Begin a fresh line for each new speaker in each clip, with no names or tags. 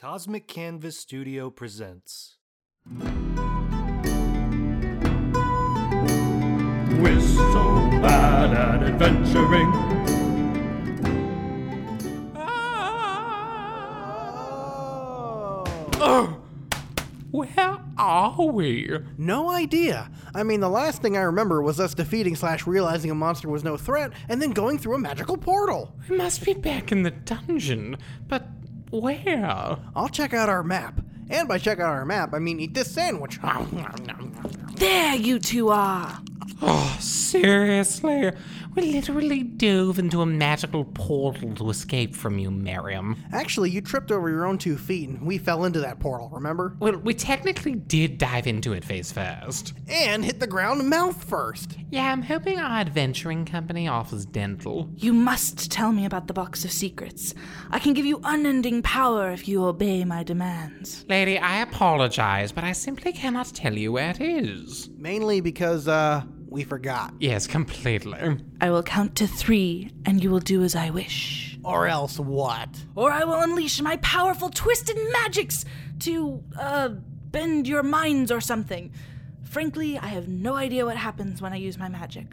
Cosmic Canvas Studio presents.
We're so bad at adventuring.
Oh. Where are we?
No idea. I mean, the last thing I remember was us defeating slash realizing a monster was no threat and then going through a magical portal.
We must be back in the dungeon, but where?
I'll check out our map. And by check out our map, I mean eat this sandwich.
There you two are.
Oh, seriously? We literally dove into a magical portal to escape from you, Miriam.
Actually, you tripped over your own two feet and we fell into that portal, remember?
Well, we technically did dive into it face first.
And hit the ground mouth first.
Yeah, I'm hoping our adventuring company offers dental.
You must tell me about the box of secrets. I can give you unending power if you obey my demands.
Lady, I apologize, but I simply cannot tell you where it is.
Mainly because, uh, we forgot.
Yes, completely.
I will count to three, and you will do as I wish.
Or else what?
Or I will unleash my powerful twisted magics to, uh, bend your minds or something. Frankly, I have no idea what happens when I use my magic.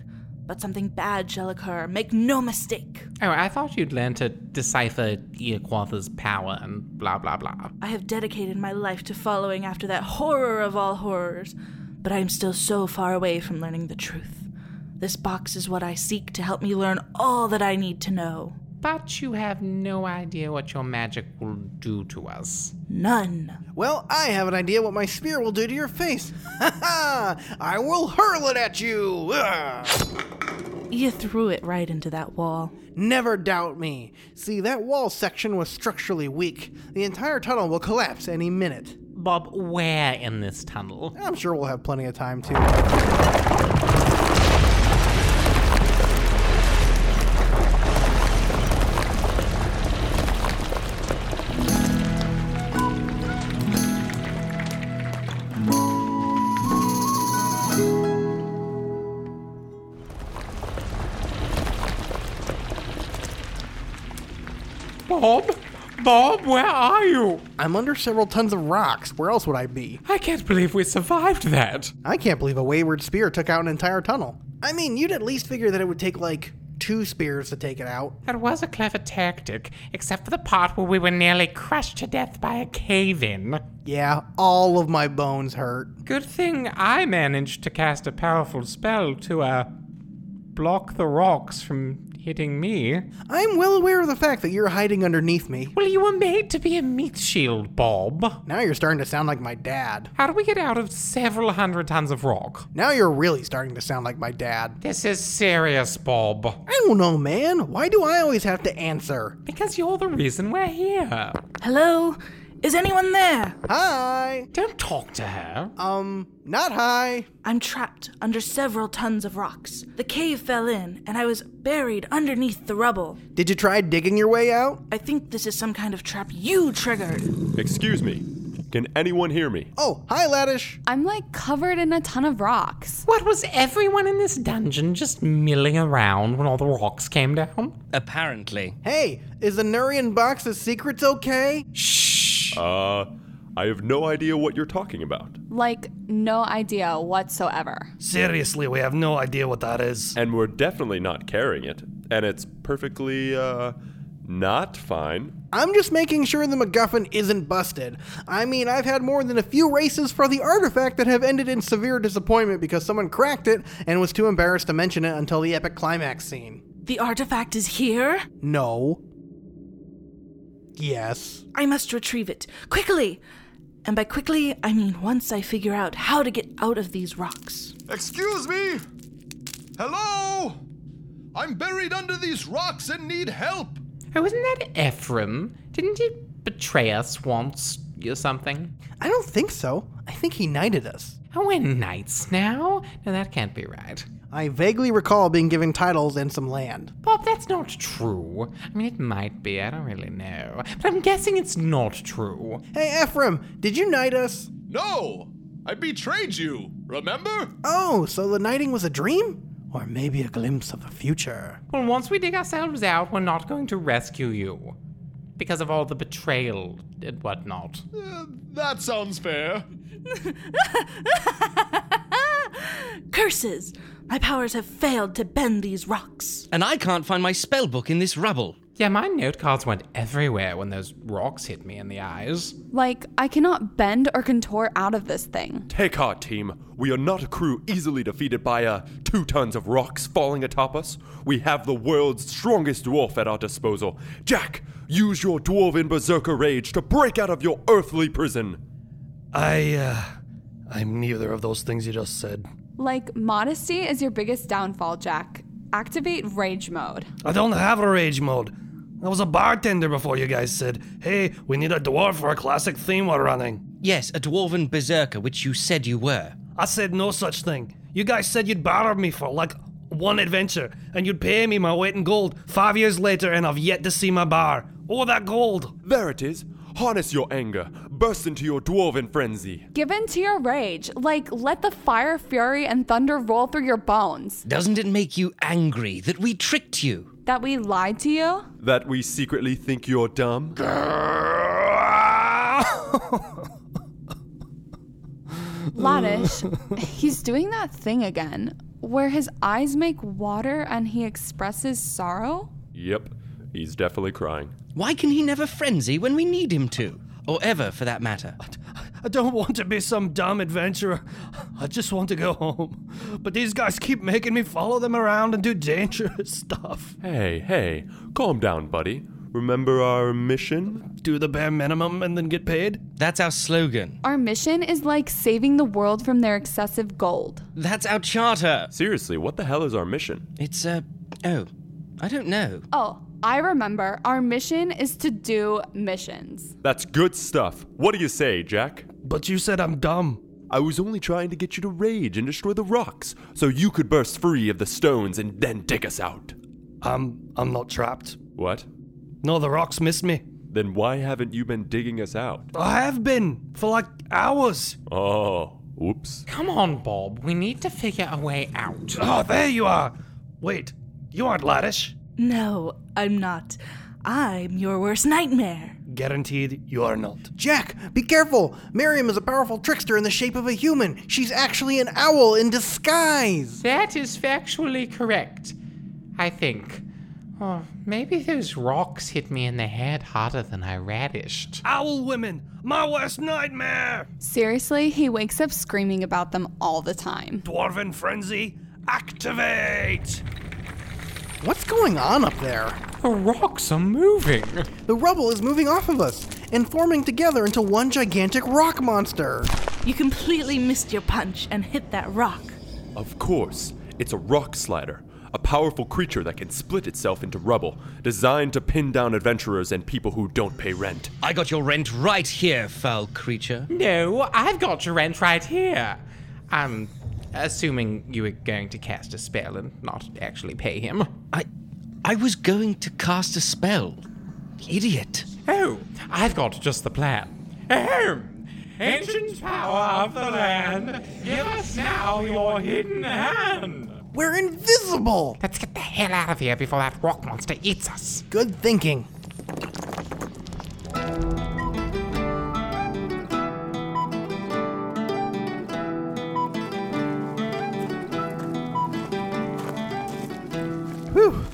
But something bad shall occur, make no mistake.
Oh, I thought you'd learn to decipher Iaquatha's power and blah blah blah.
I have dedicated my life to following after that horror of all horrors, but I am still so far away from learning the truth. This box is what I seek to help me learn all that I need to know.
But you have no idea what your magic will do to us.
None.
Well, I have an idea what my spear will do to your face. Ha ha! I will hurl it at you! Ugh.
You threw it right into that wall.
Never doubt me. See, that wall section was structurally weak. The entire tunnel will collapse any minute.
Bob, where in this tunnel?
I'm sure we'll have plenty of time too.
Bob? Bob, where are you?
I'm under several tons of rocks. Where else would I be?
I can't believe we survived that.
I can't believe a wayward spear took out an entire tunnel. I mean, you'd at least figure that it would take like two spears to take it out.
That was a clever tactic, except for the part where we were nearly crushed to death by a cave in.
Yeah, all of my bones hurt.
Good thing I managed to cast a powerful spell to, uh, block the rocks from hitting me.
I'm well aware of the fact that you're hiding underneath me.
Well, you were made to be a meat shield, Bob.
Now you're starting to sound like my dad.
How do we get out of several hundred tons of rock?
Now you're really starting to sound like my dad.
This is serious, Bob.
I don't know, man. Why do I always have to answer?
Because you're the reason we're here.
Hello? Is anyone there?
Hi!
Don't talk to her.
Um, not high.
I'm trapped under several tons of rocks. The cave fell in, and I was buried underneath the rubble.
Did you try digging your way out?
I think this is some kind of trap you triggered.
Excuse me. Can anyone hear me?
Oh, hi, Laddish.
I'm like covered in a ton of rocks.
What was everyone in this dungeon just milling around when all the rocks came down?
Apparently.
Hey, is the Nurian box of secrets okay?
Uh, I have no idea what you're talking about.
Like, no idea whatsoever.
Seriously, we have no idea what that is.
And we're definitely not carrying it. And it's perfectly, uh, not fine.
I'm just making sure the MacGuffin isn't busted. I mean, I've had more than a few races for the artifact that have ended in severe disappointment because someone cracked it and was too embarrassed to mention it until the epic climax scene.
The artifact is here?
No. Yes.
I must retrieve it. Quickly! And by quickly, I mean once I figure out how to get out of these rocks.
Excuse me? Hello? I'm buried under these rocks and need help.
Oh, isn't that Ephraim? Didn't he betray us once or something?
I don't think so. I think he knighted us.
Oh, we're knights now? No, that can't be right.
I vaguely recall being given titles and some land.
Bob, that's not true. I mean, it might be, I don't really know. But I'm guessing it's not true.
Hey, Ephraim, did you knight us?
No, I betrayed you, remember?
Oh, so the knighting was a dream? Or maybe a glimpse of the future.
Well, once we dig ourselves out, we're not going to rescue you. Because of all the betrayal and whatnot.
That sounds fair.
Curses! My powers have failed to bend these rocks.
And I can't find my spell book in this rubble.
Yeah, my note cards went everywhere when those rocks hit me in the eyes.
Like, I cannot bend or contort out of this thing.
Take heart, team. We are not a crew easily defeated by uh, two tons of rocks falling atop us. We have the world's strongest dwarf at our disposal. Jack, use your dwarven berserker rage to break out of your earthly prison.
I, uh, I'm neither of those things you just said.
Like, modesty is your biggest downfall, Jack. Activate rage mode.
I don't have a rage mode. I was a bartender before you guys said, hey, we need a dwarf for a classic theme we're running.
Yes, a dwarven berserker, which you said you were.
I said no such thing. You guys said you'd borrow me for like one adventure, and you'd pay me my weight in gold five years later, and I've yet to see my bar. Oh, that gold!
There it is. Harness your anger. Burst into your dwarven frenzy.
Give in to your rage. Like, let the fire, fury, and thunder roll through your bones.
Doesn't it make you angry that we tricked you?
That we lied to you?
That we secretly think you're dumb?
Ladish, he's doing that thing again where his eyes make water and he expresses sorrow.
Yep, he's definitely crying.
Why can he never frenzy when we need him to? Or ever, for that matter.
I don't want to be some dumb adventurer. I just want to go home. But these guys keep making me follow them around and do dangerous stuff.
Hey, hey, calm down, buddy. Remember our mission?
Do the bare minimum and then get paid?
That's our slogan.
Our mission is like saving the world from their excessive gold.
That's our charter.
Seriously, what the hell is our mission?
It's, uh, oh, I don't know.
Oh, I remember. Our mission is to do missions.
That's good stuff. What do you say, Jack?
But you said I'm dumb.
I was only trying to get you to rage and destroy the rocks so you could burst free of the stones and then take us out.
I'm I'm not trapped.
What?
No, the rocks missed me.
Then why haven't you been digging us out?
I have been for like hours.
Oh, whoops.
Come on, Bob. We need to figure a way out.
Oh, there you are. Wait, you aren't Laddish.
No, I'm not. I'm your worst nightmare.
Guaranteed, you are not.
Jack, be careful! Miriam is a powerful trickster in the shape of a human. She's actually an owl in disguise!
That is factually correct, I think. Oh, maybe those rocks hit me in the head harder than I radished.
Owl women, my worst nightmare.
Seriously, he wakes up screaming about them all the time.
Dwarven frenzy, activate.
What's going on up there?
The rocks are moving.
The rubble is moving off of us and forming together into one gigantic rock monster.
You completely missed your punch and hit that rock.
Of course, it's a rock slider, a powerful creature that can split itself into rubble, designed to pin down adventurers and people who don't pay rent.
I got your rent right here, foul creature.
No, I've got your rent right here. I'm assuming you were going to cast a spell and not actually pay him.
I. I was going to cast a spell. Idiot.
Oh, I've got just the plan. Ahem! Ancient power of the land, give us now your hidden hand.
We're invisible!
Let's get the hell out of here before that rock monster eats us.
Good thinking. Whew,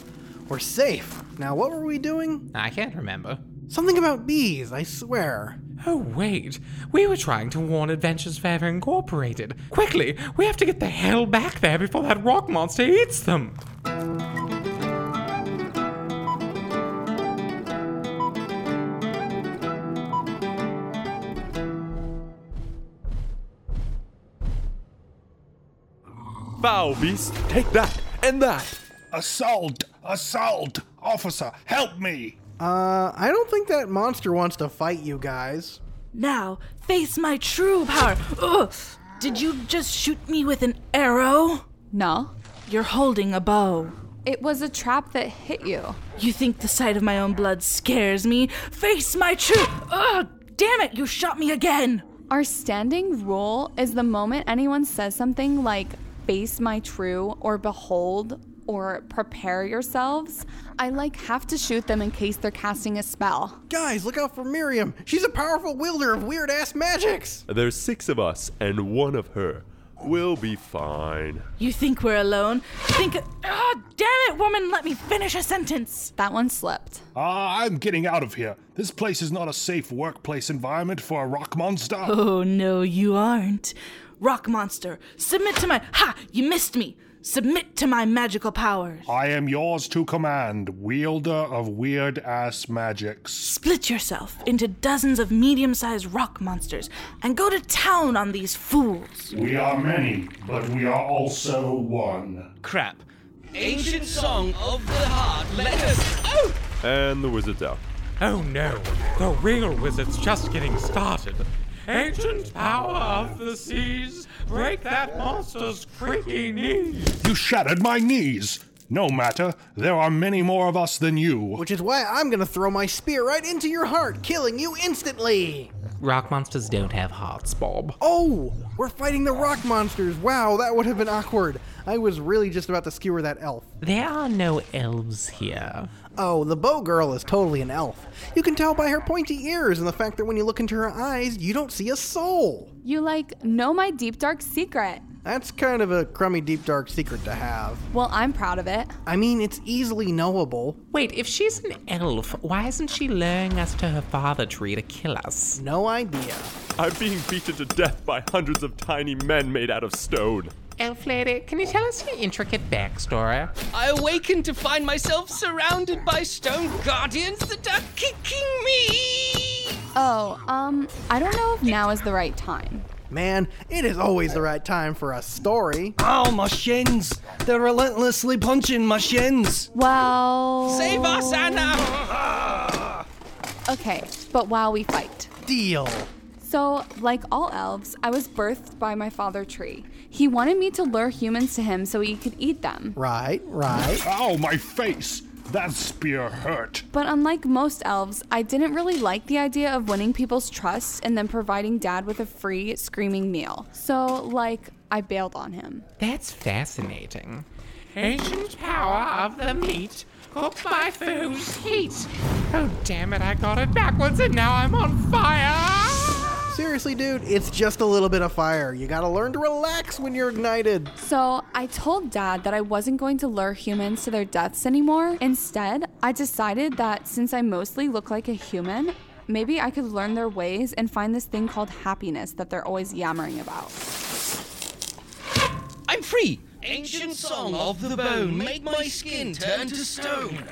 we're safe. Now, what were we doing?
I can't remember.
Something about bees, I swear.
Oh, wait. We were trying to warn Adventures Forever Incorporated. Quickly, we have to get the hell back there before that rock monster eats them.
Foul beast, take that and that.
Assault! Assault! Officer, help me!
Uh, I don't think that monster wants to fight you guys.
Now, face my true power. Ugh. Did you just shoot me with an arrow?
No,
You're holding a bow.
it was a trap that hit you.
You think the sight of my own blood scares me? Face my true. Ugh! Damn it, you shot me again!
Our standing rule is the moment anyone says something like, face my true or behold or prepare yourselves, I like have to shoot them in case they're casting a spell.
Guys, look out for Miriam. She's a powerful wielder of weird ass magics.
There's six of us and one of her. We'll be fine.
You think we're alone? Think. Ah, damn it, woman, let me finish a sentence.
That one slipped.
Ah, I'm getting out of here. This place is not a safe workplace environment for a rock monster.
Oh, no, you aren't. Rock monster, submit to my. Ha! You missed me! Submit to my magical powers.
I am yours to command, wielder of weird ass magics.
Split yourself into dozens of medium sized rock monsters and go to town on these fools.
We are many, but we are also one.
Crap. Ancient song of the heart, let us. Oh!
And the wizard's out.
Oh no, the real wizard's just getting started. Ancient power of the seas, break that monster's creaky knees.
You shattered my knees! No matter, there are many more of us than you.
Which is why I'm gonna throw my spear right into your heart, killing you instantly.
Rock monsters don't have hearts, Bob.
Oh, we're fighting the rock monsters. Wow, that would have been awkward. I was really just about to skewer that elf.
There are no elves here.
Oh, the bow girl is totally an elf. You can tell by her pointy ears and the fact that when you look into her eyes, you don't see a soul.
You like know my deep dark secret.
That's kind of a crummy deep dark secret to have.
Well, I'm proud of it.
I mean, it's easily knowable.
Wait, if she's an elf, why isn't she luring us to her father tree to kill us?
No idea.
I'm being beaten to death by hundreds of tiny men made out of stone.
Elf lady, can you tell us your intricate backstory?
I awaken to find myself surrounded by stone guardians that are kicking me.
Oh, um, I don't know if now is the right time.
Man, it is always the right time for a story.
Ow, my shins! They're relentlessly punching my shins!
Well.
Save us, Anna!
Okay, but while we fight.
Deal.
So, like all elves, I was birthed by my father tree. He wanted me to lure humans to him so he could eat them.
Right, right.
Ow, my face! That spear hurt.
But unlike most elves, I didn't really like the idea of winning people's trust and then providing dad with a free screaming meal. So, like, I bailed on him.
That's fascinating.
Ancient power of the meat, cook my food's heat. Oh damn it, I got it backwards and now I'm on fire!
Seriously, dude, it's just a little bit of fire. You gotta learn to relax when you're ignited.
So, I told dad that I wasn't going to lure humans to their deaths anymore. Instead, I decided that since I mostly look like a human, maybe I could learn their ways and find this thing called happiness that they're always yammering about.
I'm free! Ancient song of the bone, make my skin turn to stone.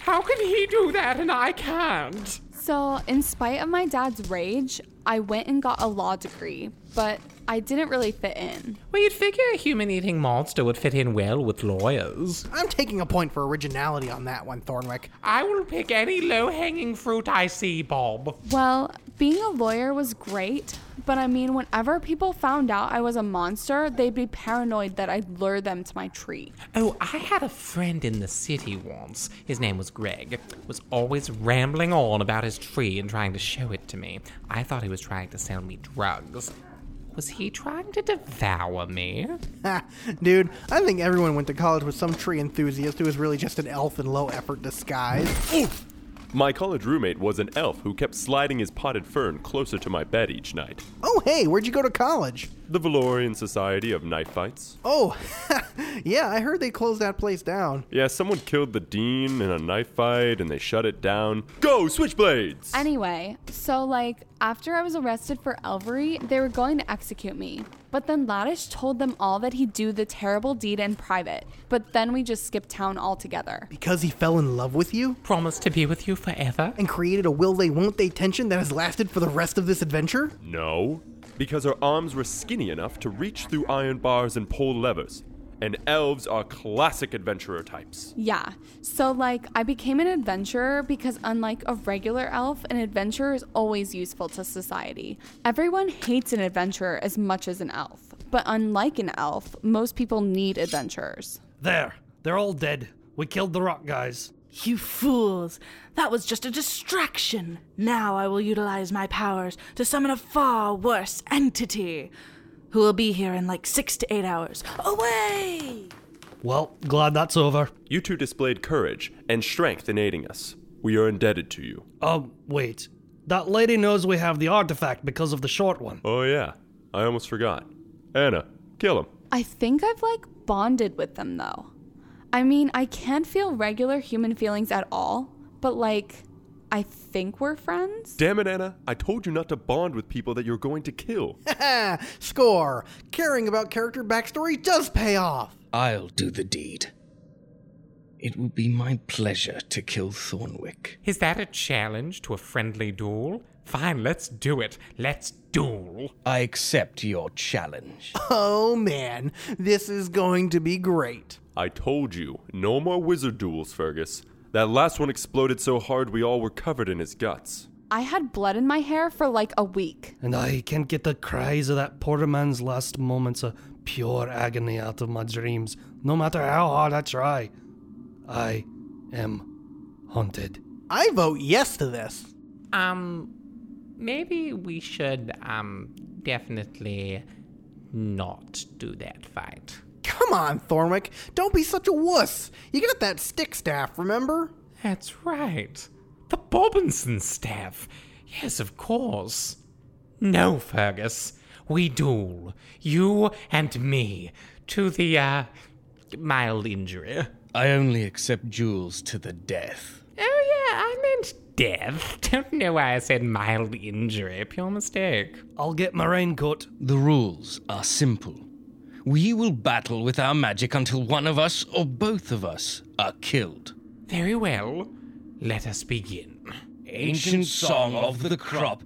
How can he do that and I can't?
So, in spite of my dad's rage, I went and got a law degree, but I didn't really fit in.
Well, you'd figure a human eating monster would fit in well with lawyers.
I'm taking a point for originality on that one, Thornwick.
I will pick any low hanging fruit I see, Bob.
Well, being a lawyer was great, but I mean, whenever people found out I was a monster, they'd be paranoid that I'd lure them to my tree.
Oh, I had a friend in the city once. His name was Greg. Was always rambling on about his tree and trying to show it to me. I thought he was trying to sell me drugs. Was he trying to devour me?
Ha, dude, I think everyone went to college with some tree enthusiast who was really just an elf in low effort disguise.
My college roommate was an elf who kept sliding his potted fern closer to my bed each night.
Oh, hey, where'd you go to college?
The Valorian Society of Knife Fights.
Oh, yeah, I heard they closed that place down.
Yeah, someone killed the dean in a knife fight and they shut it down. Go, switchblades!
Anyway, so like after I was arrested for elvery, they were going to execute me. But then Laddish told them all that he'd do the terrible deed in private. But then we just skipped town altogether.
Because he fell in love with you?
Promise to be with you forever?
And created a will they won't they tension that has lasted for the rest of this adventure?
No, because her arms were skinny enough to reach through iron bars and pull levers. And elves are classic adventurer types.
Yeah. So, like, I became an adventurer because, unlike a regular elf, an adventurer is always useful to society. Everyone hates an adventurer as much as an elf. But unlike an elf, most people need adventurers.
There, they're all dead. We killed the rock guys.
You fools! That was just a distraction! Now I will utilize my powers to summon a far worse entity who will be here in like six to eight hours. Away!
Well, glad that's over.
You two displayed courage and strength in aiding us. We are indebted to you.
Um, wait. That lady knows we have the artifact because of the short one.
Oh, yeah. I almost forgot. Anna, kill him.
I think I've like bonded with them though. I mean, I can't feel regular human feelings at all, but like, I think we're friends.
Damn it, Anna. I told you not to bond with people that you're going to kill.
Score! Caring about character backstory does pay off!
I'll do the deed. It will be my pleasure to kill Thornwick.
Is that a challenge to a friendly duel? Fine, let's do it. Let's duel.
I accept your challenge.
Oh man, this is going to be great.
I told you, no more wizard duels, Fergus. That last one exploded so hard we all were covered in his guts.
I had blood in my hair for like a week.
And I can get the cries of that poor man's last moments of pure agony out of my dreams, no matter how hard I try. I am haunted.
I vote yes to this.
Um, maybe we should, um, definitely not do that fight.
Come on, Thornwick, don't be such a wuss. You got that stick staff, remember?
That's right. The Bobinson staff. Yes, of course. No, Fergus. We duel. You and me. To the, uh, mild injury.
I only accept duels to the death.
Oh, yeah, I meant death. Don't know why I said mild injury. Pure mistake.
I'll get my raincoat.
The rules are simple. We will battle with our magic until one of us or both of us are killed.
Very well. Let us begin.
Ancient song of the crop.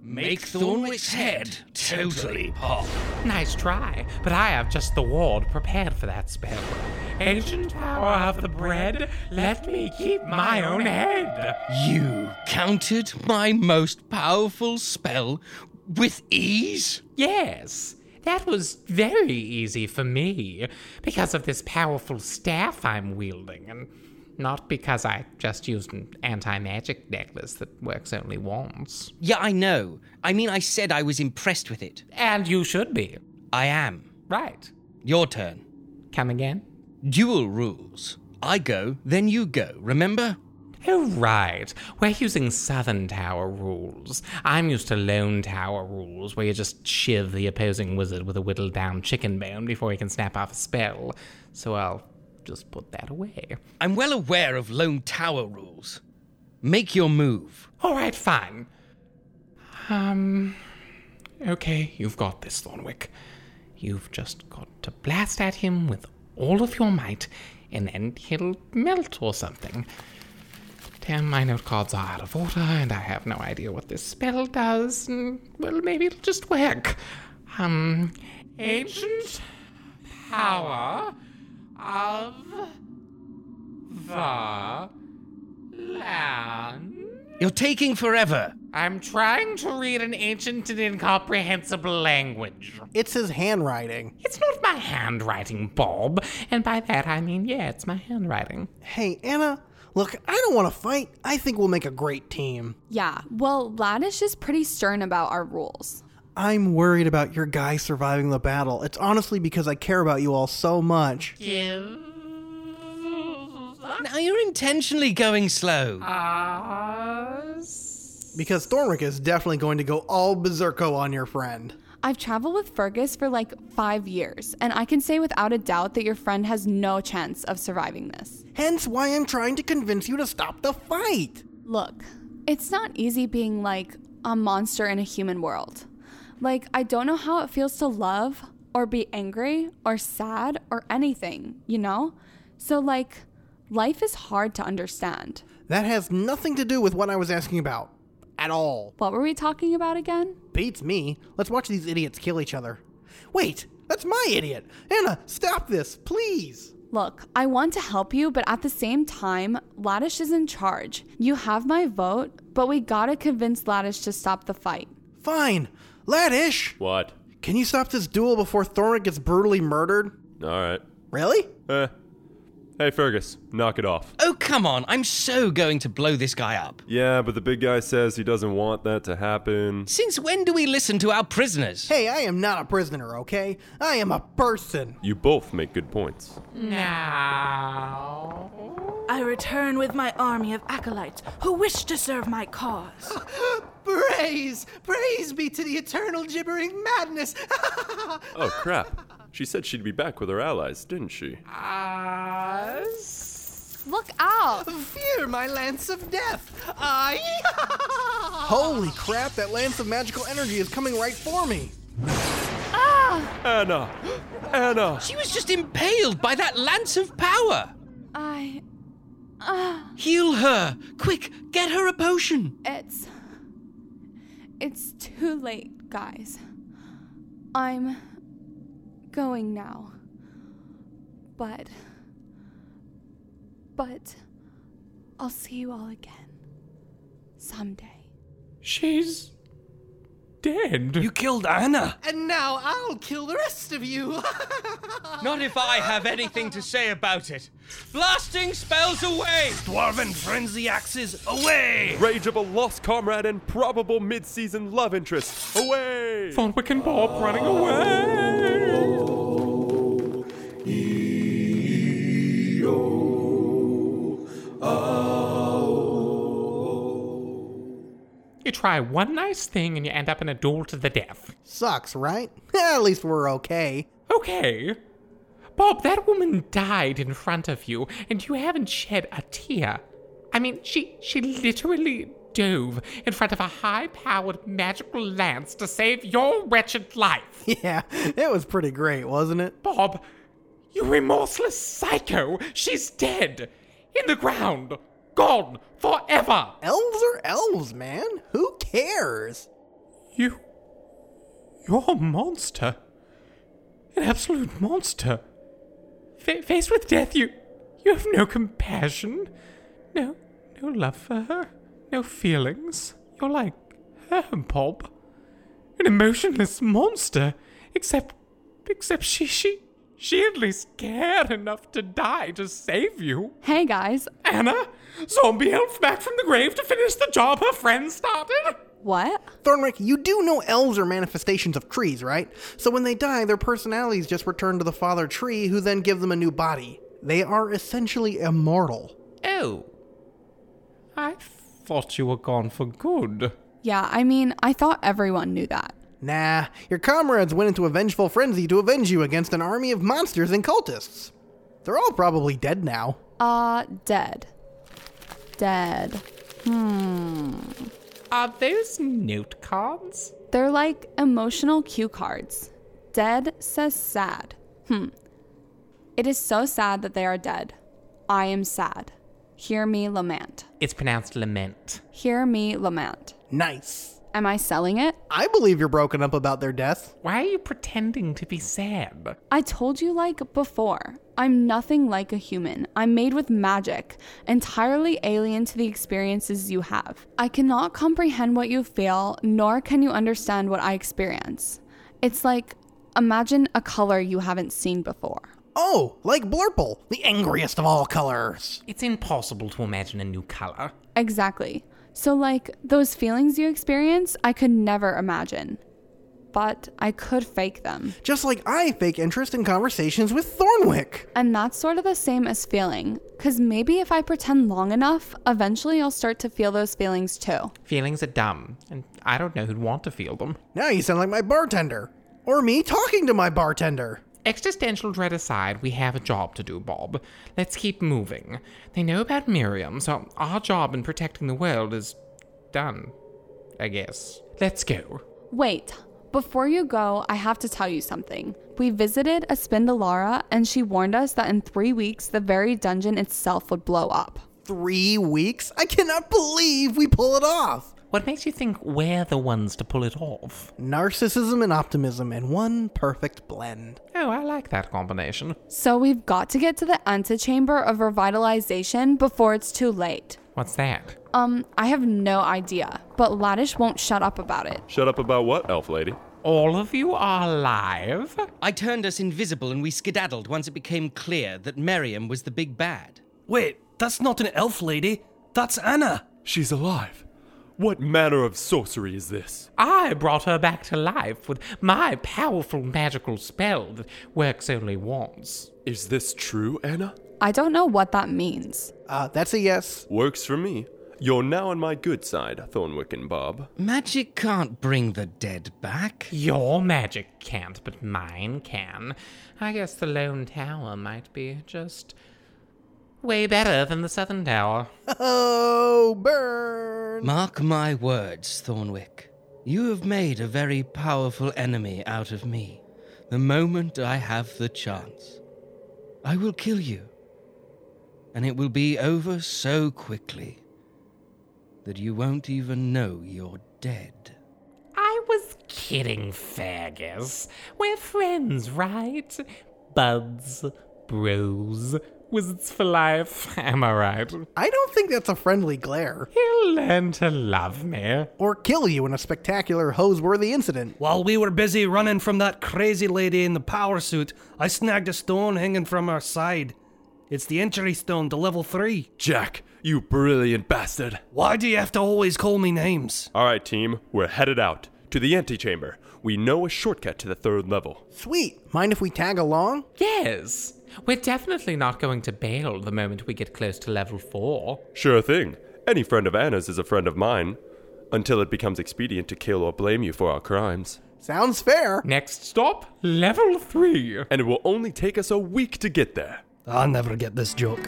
Make Thornwick's head totally pop.
Nice try, but I have just the ward prepared for that spell. Ancient power of the bread, let me keep my own head.
You countered my most powerful spell with ease?
Yes, that was very easy for me, because of this powerful staff I'm wielding, and not because I just used an anti magic necklace that works only once.
Yeah, I know. I mean, I said I was impressed with it.
And you should be.
I am.
Right.
Your turn.
Come again?
Dual rules. I go, then you go, remember?
Oh, right. We're using Southern Tower rules. I'm used to Lone Tower rules, where you just shiv the opposing wizard with a whittled down chicken bone before he can snap off a spell. So I'll just put that away.
I'm well aware of Lone Tower rules. Make your move.
All right, fine. Um. Okay, you've got this, Thornwick. You've just got to blast at him with all of your might, and then he'll melt or something. Damn, my note cards are out of order, and I have no idea what this spell does, and, well, maybe it'll just work. Um. Ancient power of the land.
You're taking forever.
I'm trying to read an ancient and incomprehensible language.
It's his handwriting.
It's not my handwriting, Bob. And by that I mean, yeah, it's my handwriting.
Hey, Anna, look, I don't want to fight. I think we'll make a great team.
Yeah, well, Laddish is pretty stern about our rules.
I'm worried about your guy surviving the battle. It's honestly because I care about you all so much.
Give.
Now you're intentionally going slow.
us.
Because Thornwick is definitely going to go all berserko on your friend.
I've traveled with Fergus for like five years, and I can say without a doubt that your friend has no chance of surviving this.
Hence why I'm trying to convince you to stop the fight.
Look, it's not easy being like a monster in a human world. Like, I don't know how it feels to love or be angry or sad or anything, you know? So, like, life is hard to understand.
That has nothing to do with what I was asking about. At all.
What were we talking about again?
Beats me. Let's watch these idiots kill each other. Wait, that's my idiot. Anna, stop this, please.
Look, I want to help you, but at the same time, Laddish is in charge. You have my vote, but we gotta convince Laddish to stop the fight.
Fine. Laddish,
What?
can you stop this duel before Thornwick gets brutally murdered?
All right.
Really?
Eh. Hey, Fergus, knock it off.
Oh, come on. I'm so going to blow this guy up.
Yeah, but the big guy says he doesn't want that to happen.
Since when do we listen to our prisoners?
Hey, I am not a prisoner, okay? I am a person.
You both make good points.
Now. I return with my army of acolytes who wish to serve my cause.
Praise! Praise be to the eternal gibbering madness!
Oh, crap. She said she'd be back with her allies, didn't she?
Look out! Fear my lance of death! I.
Holy crap, that lance of magical energy is coming right for me.
ah!
Anna! Anna!
She was just impaled by that lance of power.
I. Uh,
Heal her. Quick, get her a potion.
it's. It's too late, guys. I'm. going now. But. But. I'll see you all again. Someday.
She's
Dead? You killed Anna.
And now I'll kill the rest of you!
Not if I have anything to say about it. Blasting spells away!
Dwarven frenzy axes away!
Rage of a lost comrade and probable mid season love interest. Away!
Von Wick and Bob running away.
You try one nice thing and you end up in a duel to the death.
Sucks, right? At least we're okay.
Okay. Bob, that woman died in front of you, and you haven't shed a tear. I mean, she she literally dove in front of a high-powered magical lance to save your wretched life.
Yeah, it was pretty great, wasn't it?
Bob, you remorseless psycho! She's dead! In the ground! Gone! Forever!
Elves are elves, man. Who cares?
You. You're a monster. An absolute monster. Fa- faced with death, you. You have no compassion. No. No love for her. No feelings. You're like her, Bob. An emotionless monster. Except. Except she. She. She at least cared enough to die to save you.
Hey, guys.
Anna? Zombie elf back from the grave to finish the job her friend started?
What?
Thornwick, you do know elves are manifestations of trees, right? So when they die, their personalities just return to the father tree, who then give them a new body. They are essentially immortal.
Oh. I thought you were gone for good.
Yeah, I mean, I thought everyone knew that.
Nah, your comrades went into a vengeful frenzy to avenge you against an army of monsters and cultists. They're all probably dead now.
Uh, dead. Dead. Hmm.
Are those note cards?
They're like emotional cue cards. Dead says sad. Hmm. It is so sad that they are dead. I am sad. Hear me lament.
It's pronounced lament.
Hear me lament.
Nice.
Am I selling it?
I believe you're broken up about their death.
Why are you pretending to be sad?
I told you like before. I'm nothing like a human. I'm made with magic, entirely alien to the experiences you have. I cannot comprehend what you feel, nor can you understand what I experience. It's like imagine a color you haven't seen before.
Oh, like Blurple, the angriest of all colors.
It's impossible to imagine a new color.
Exactly. So, like, those feelings you experience, I could never imagine. But I could fake them.
Just like I fake interest in conversations with Thornwick.
And that's sort of the same as feeling, because maybe if I pretend long enough, eventually I'll start to feel those feelings too.
Feelings are dumb, and I don't know who'd want to feel them.
Now you sound like my bartender. Or me talking to my bartender.
Existential dread aside, we have a job to do, Bob. Let's keep moving. They know about Miriam, so our job in protecting the world is done. I guess. Let's go.
Wait, before you go, I have to tell you something. We visited a Spindalara, and she warned us that in three weeks, the very dungeon itself would blow up.
Three weeks? I cannot believe we pull it off.
What makes you think we're the ones to pull it off?
Narcissism and optimism in one perfect blend.
Oh, I like that combination.
So we've got to get to the antechamber of revitalization before it's too late.
What's that?
Um, I have no idea, but Laddish won't shut up about it.
Shut up about what, elf lady?
All of you are alive?
I turned us invisible and we skedaddled once it became clear that Miriam was the big bad.
Wait, that's not an elf lady. That's Anna.
She's alive. What manner of sorcery is this?
I brought her back to life with my powerful magical spell that works only once.
Is this true, Anna?
I don't know what that means.
Uh, that's a yes.
Works for me. You're now on my good side, Thornwick and Bob.
Magic can't bring the dead back.
Your magic can't, but mine can. I guess the Lone Tower might be just way better than the Southern Tower.
Oh, burn!
Mark my words, Thornwick. You have made a very powerful enemy out of me. The moment I have the chance, I will kill you. And it will be over so quickly that you won't even know you're dead.
I was kidding, Fergus. We're friends, right? Buds, bros, wizards for life. Am I right?
I don't think that's a friendly glare.
He'll learn to love me.
Or kill you in a spectacular hose-worthy incident.
While we were busy running from that crazy lady in the power suit, I snagged a stone hanging from her side. It's the entry stone to level 3.
Jack, you brilliant bastard.
Why do you have to always call me names?
All right, team, we're headed out to the antechamber. We know a shortcut to the third level.
Sweet. Mind if we tag along?
Yes. We're definitely not going to bail the moment we get close to level four.
Sure thing. Any friend of Anna's is a friend of mine. Until it becomes expedient to kill or blame you for our crimes.
Sounds fair.
Next stop, level three.
And it will only take us a week to get there.
I'll never get this joke.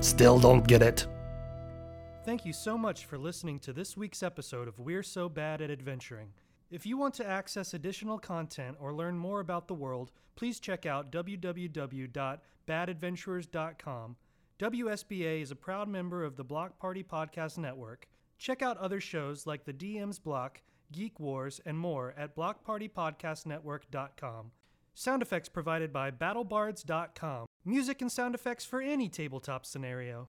Still don't get it.
Thank you so much for listening to this week's episode of We're So Bad at Adventuring. If you want to access additional content or learn more about the world, please check out www.badadventurers.com. WSBA is a proud member of the Block Party Podcast Network. Check out other shows like The DM's Block, Geek Wars, and more at blockpartypodcastnetwork.com. Sound effects provided by battlebards.com. Music and sound effects for any tabletop scenario.